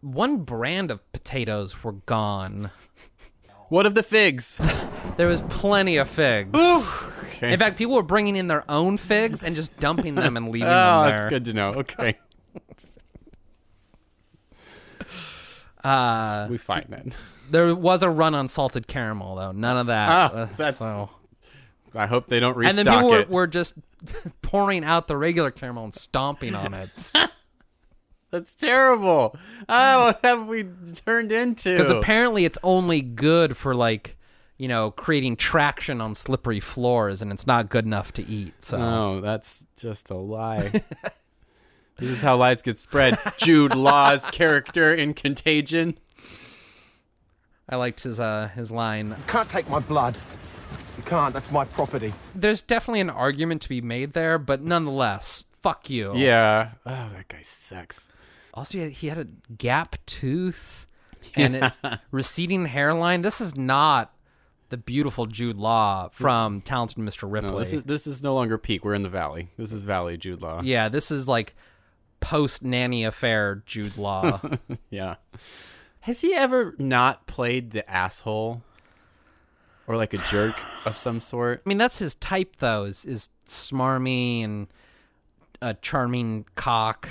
One brand of potatoes were gone. What of the figs? there was plenty of figs. okay. In fact, people were bringing in their own figs and just dumping them and leaving oh, them there. that's good to know. Okay, Uh, we find that. There was a run on salted caramel though. None of that. Ah, Uh, that's- so- I hope they don't And restock then people were, it. were just pouring out the regular caramel and stomping on it That's terrible. Oh, what have we turned into? because apparently it's only good for like you know creating traction on slippery floors and it's not good enough to eat. So No, Oh, that's just a lie. this is how lies get spread. Jude Law's character in Contagion. I liked his uh his line. Can't take my blood. You can't. That's my property. There's definitely an argument to be made there, but nonetheless, fuck you. Yeah. Oh, that guy sucks. Also, he had- he had a gap tooth and it- Yeah. receding hairline. This is not the beautiful Jude Law from Talented Mr. Ripley. No, this is this is no longer peak. We're in the valley. This is Valley Jude Law. yeah, this is like post nanny affair Jude Law. yeah. Has he ever not played the asshole or like a jerk of some sort? I mean, that's his type though. Is is smarmy and a charming cock.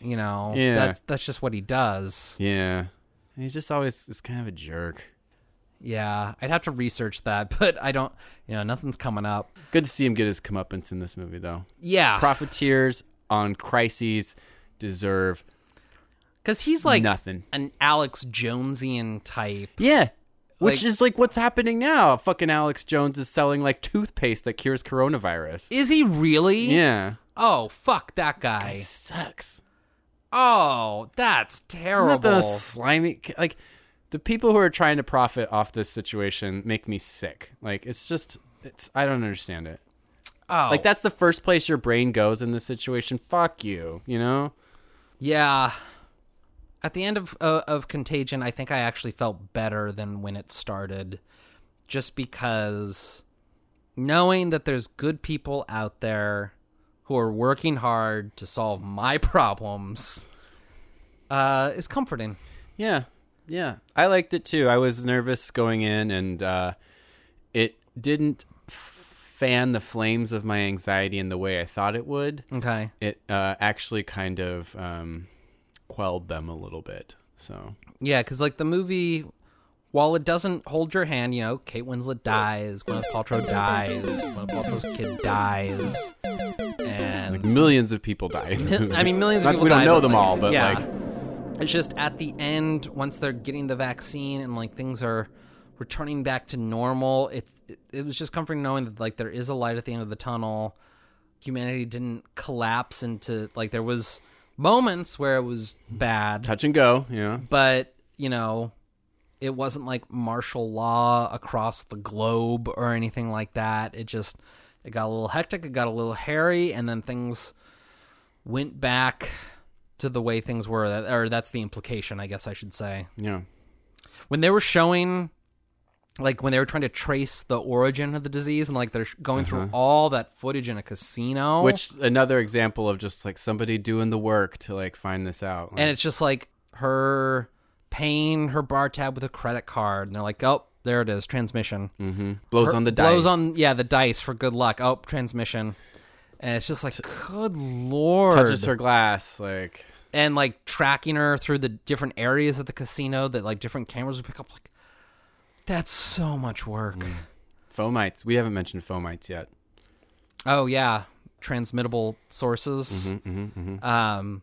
You know, Yeah. that's that's just what he does. Yeah. And he's just always is kind of a jerk. Yeah, I'd have to research that, but I don't. You know, nothing's coming up. Good to see him get his comeuppance in this movie, though. Yeah. Profiteers on crises deserve Because he's like Nothing. an Alex Jonesian type. Yeah. Which Like- is like what's happening now. Fucking Alex Jones is selling like toothpaste that cures coronavirus. Is he really? Yeah. Oh fuck that guy. sucks. Oh, that's terrible. Isn't that the slimy like the people who are trying to profit off this situation make me sick. Like it's just it's I don't understand it. Oh. Like that's the first place your brain goes in this situation. Fuck you, you know? Yeah. At the end of uh, of Contagion, I think I actually felt better than when it started, just because knowing that there's good people out there who are working hard to solve my problems uh, is comforting. Yeah. Yeah. I liked it too. I was nervous going in and uh it didn't fan the flames of my anxiety in the way I thought it would. Okay. It uh, actually kind of um, quelled them a little bit. So Yeah, because like the movie, while it doesn't hold your hand, you know, Kate Winslet dies, Gwyneth Paltrow dies, Gwyneth Paltrow's kid dies, and like millions of people die. in the Mil- movie. I mean, millions Not- of people. We don't die, know but, them like, all, but yeah. like it's just at the end once they're getting the vaccine and like things are returning back to normal. It it, it was just comforting knowing that like there is a light at the end of the tunnel. Humanity didn't collapse into like there was moments where it was bad, touch and go. Yeah. but you know it wasn't like martial law across the globe or anything like that it just it got a little hectic it got a little hairy and then things went back to the way things were that or that's the implication i guess i should say Yeah. when they were showing like when they were trying to trace the origin of the disease and like they're going through Uh-huh. all that footage in a casino Which another example of just like somebody doing the work to like find this out. and it's just like her paying her bar tab with a credit card, and they're like, "Oh, there it is, transmission." Mm-hmm. Blows on the Blows dice. on yeah the dice for good luck. Oh, transmission, and it's just like, good lord. touches her glass like and like tracking her through the different areas of the casino that like different cameras would pick up. Like, that's so much work. Mm. fomites. We haven't mentioned fomites yet. Oh yeah, transmittable sources. Mhm, mhm, mhm. Um,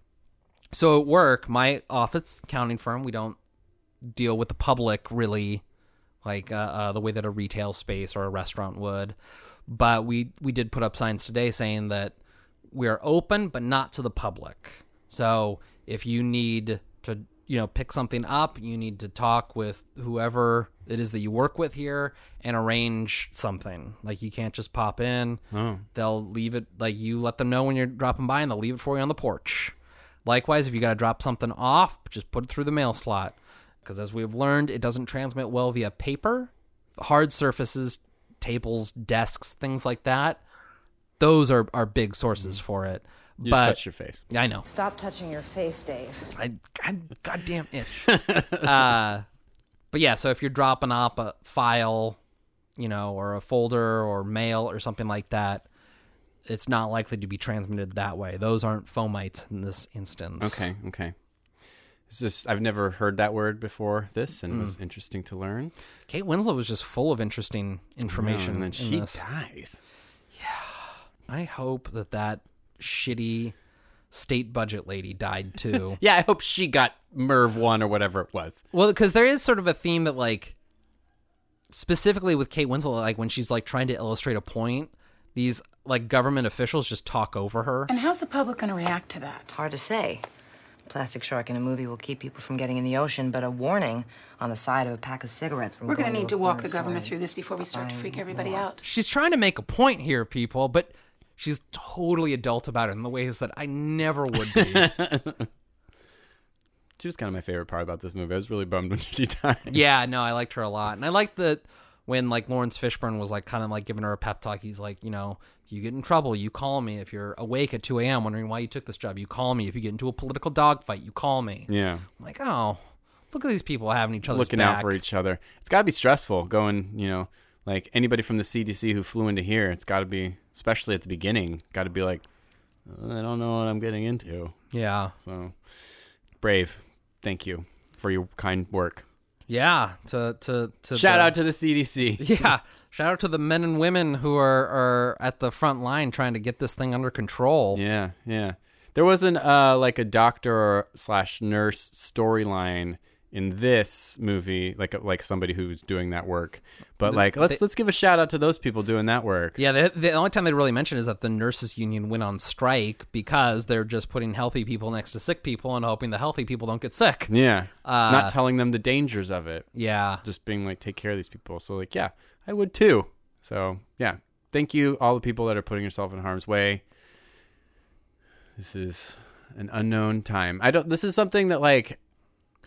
so at work, my office accounting firm, we don't deal with the public really, like uh, uh, the way that a retail space or a restaurant would. But we we did put up signs today saying that we are open but not to the public. So if you need to you know pick something up, you need to talk with whoever it is that you work with here and arrange something. Like you can't just pop in. Oh. They'll leave it like you let them know when you're dropping by and they'll leave it for you on the porch. Likewise, if you got to drop something off, just put it through the mail slot because as we have learned, it doesn't transmit well via paper. Hard surfaces, tables, desks, things like that, those are, are big sources for it. Mm-hmm. You just but touched your face. I know. Stop touching your face, Dave. I, I goddamn itch. uh, but yeah, so if you're dropping up a file, you know, or a folder or mail or something like that, it's not likely to be transmitted that way. Those aren't fomites in this instance. Okay, okay. It's just I've never heard that word before this, and it was Mm. interesting to learn. Kate Winslet was just full of interesting information. and then in she this. dies. Yeah. I hope that that shitty state budget lady died too. Yeah, I hope she got Merv one or whatever it was. Well, because there is sort of a theme that, like, specifically with Kate Winslet, like when she's like trying to illustrate a point, these like government officials just talk over her. And how's the public going to react to that? Hard to say. Plastic shark in a movie will keep people from getting in the ocean, but a warning on the side of a pack of cigarettes. We're going to need to walk the governor through. through this before we start to freak everybody out. She's trying to make a point here, people, but she's totally adult about it in the ways that I never would be. She was kind of my favorite part about this movie. I was really bummed when she died. yeah, no, I liked her a lot, and I liked that when like Lawrence Fishburne was like kind of like giving her a pep talk. He's like, you know, you get in trouble, you call me. If you're awake at 2 a.m. wondering why you took this job, you call me. If you get into a political dogfight, you call me. Yeah. I'm like, oh, look at these people having each other's Looking back. out for each other. It's got to be stressful going, you know, like anybody from the CDC who flew into here, it's got to be, especially at the beginning, got to be like, "Uh, I don't know what I'm getting into. Yeah. So brave. Thank you for your kind work. Yeah, to to to Shout the- out to the CDC. yeah, shout out to the men and women who are are at the front line trying to get this thing under control. Yeah, yeah. There wasn't uh, like a doctor slash nurse storyline in this movie, like like somebody who's doing that work. But The- like, let's they- let's give a shout out to those people doing that work. Yeah, the, the only time they really mention is that the nurses union went on strike because they're just putting healthy people next to sick people and hoping the healthy people don't get sick. Yeah, Uh, not telling them the dangers of it. Yeah. just being like, take care of these people. So like, yeah, I would too. So yeah, thank you all the people that are putting yourself in harm's way. This is an unknown time. I don't. This is something that like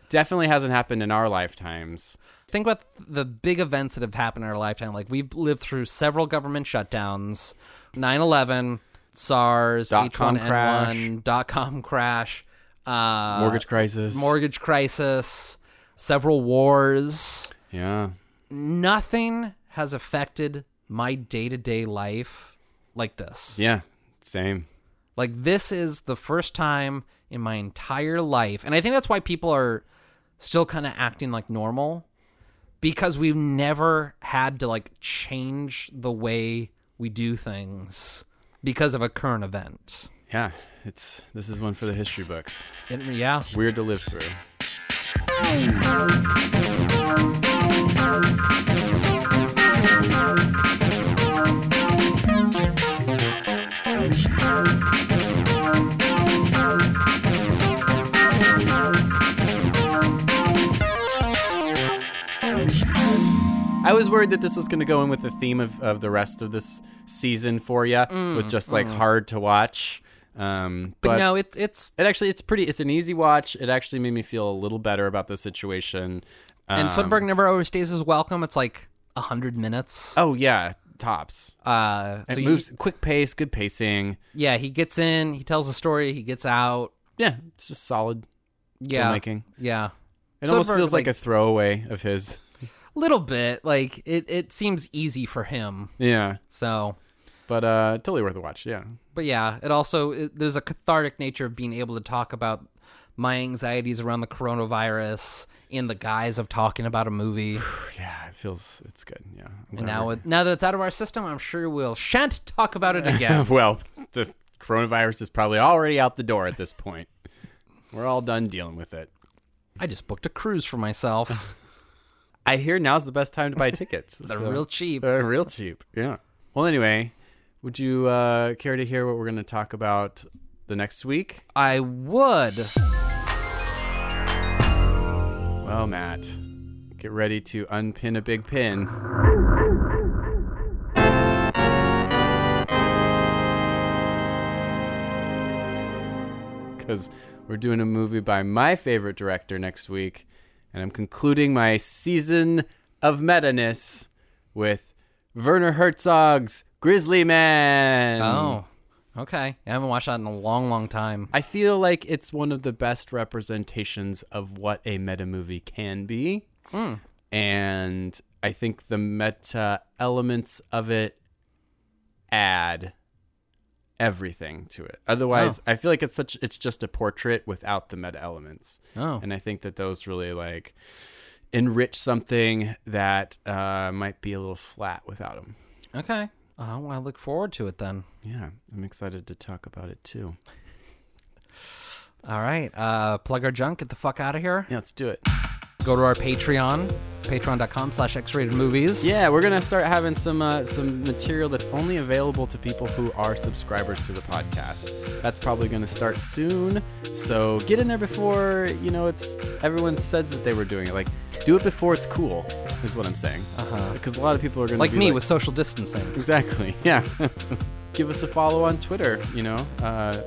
definitely hasn't happened in our lifetimes. Think about the big events that have happened in our lifetime. Like we've lived through several government shutdowns, 9/11, SARS, Dot-com H1N1, dot com crash, uh, Mortgage crisis. mortgage crisis, several wars. Yeah. Nothing has affected my day to day life like this. Yeah, same. Like this is the first time in my entire life, and I think that's why people are still kind of acting like normal because we've never had to like change the way we do things because of a current event. Yeah, it's this is one for the history books. It- yeah, It's weird to live through. I was worried that this was going to go in with the theme of, of the rest of this season for you, with just like mm. hard to watch. Um, But but, no, it- it's it actually it's pretty. It's an easy watch. It actually made me feel a little better about the situation. and Um, Sundberg never overstays his welcome. It's like a hundred minutes. Oh yeah, tops. Uh, Oh, It so you- moves quick pace, good pacing. Yeah, he gets in, he tells a story, he gets out. Yeah, it's just solid. Yeah, filmmaking. Yeah, It almost Soderbergh, feels like, a throwaway of his. little bit. Like it, it seems easy for him. Yeah. So, but uh, totally worth a watch. Yeah. But yeah, it also it, there's a cathartic nature of being able to talk about my anxieties around the coronavirus in the guise of talking about a movie. yeah, it feels it's good. Yeah. I'm And glad now, we're- it, now that it's out of our system, I'm sure we'll shan't talk about it again. well, the coronavirus is probably already out the door at this point. We're all done dealing with it. I just booked a cruise for myself. I hear now's the best time to buy tickets. They're real cheap. They're Uh, real cheap. Yeah. Well, anyway, would you uh, care to hear what we're going to talk about the next week? I would. Well, Matt, get ready to unpin a big pin. Because we're doing a movie by my favorite director next week, and I'm concluding my season of meta ness with Werner Herzog's Grizzly Man. Oh, okay. I haven't watched that in a long, long time. I feel like it's one of the best representations of what a meta movie can be. Hmm. And I think the meta elements of it add everything to it. Otherwise, Oh. I feel like it's such it's just a portrait without the meta elements. Oh. And I think that those really like enrich something that uh, might be a little flat without them. Okay. Oh, well, I look forward to it then. Yeah, I'm excited to talk about it too. All right. Uh, plug our junk. Get the fuck out of here. Yeah, let's do it. Go to our Patreon, patreon.com slash x-rated movies. Yeah, we're gonna start having some uh, some material that's only available to people who are subscribers to the podcast. That's probably gonna start soon. So get in there before you know it's everyone says that they were doing it. Like, do it before it's cool, is what I'm saying. Uh-huh. Because a lot of people are gonna Like be me with social distancing. Exactly. Yeah. Give us a follow on Twitter. You know, uh,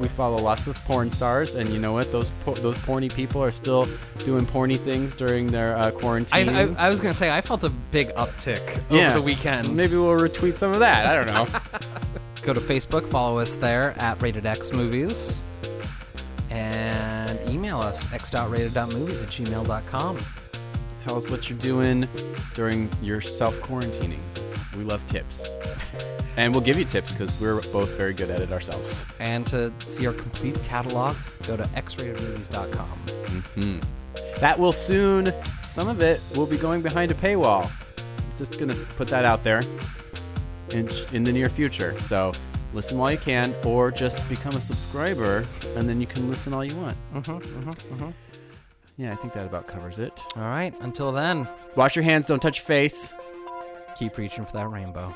we follow lots of porn stars, and you know what? Those po- those porny people are still doing porny things during their uh, I, quarantine. I, I was going to say, I felt a big uptick over Yeah. the weekend. So maybe we'll retweet some of that. I don't know. Go to Facebook, follow us there at Rated X Movies, and email us x.rated.movies at gmail.com. Tell us what you're doing during your self quarantining. We love tips. And we'll give you tips because we're both very good at it ourselves. And to see our complete catalog, go to xratedmovies.com. hmm That will soon, some of it will be going behind a paywall. Just going to put that out there in, in the near future. So listen while you can, or just become a subscriber and then you can listen all you want. Mm-hmm, mm-hmm, mm-hmm. Yeah, I think that about covers it. All right, until then, Wash your hands, don't touch your face. keep reaching for that rainbow.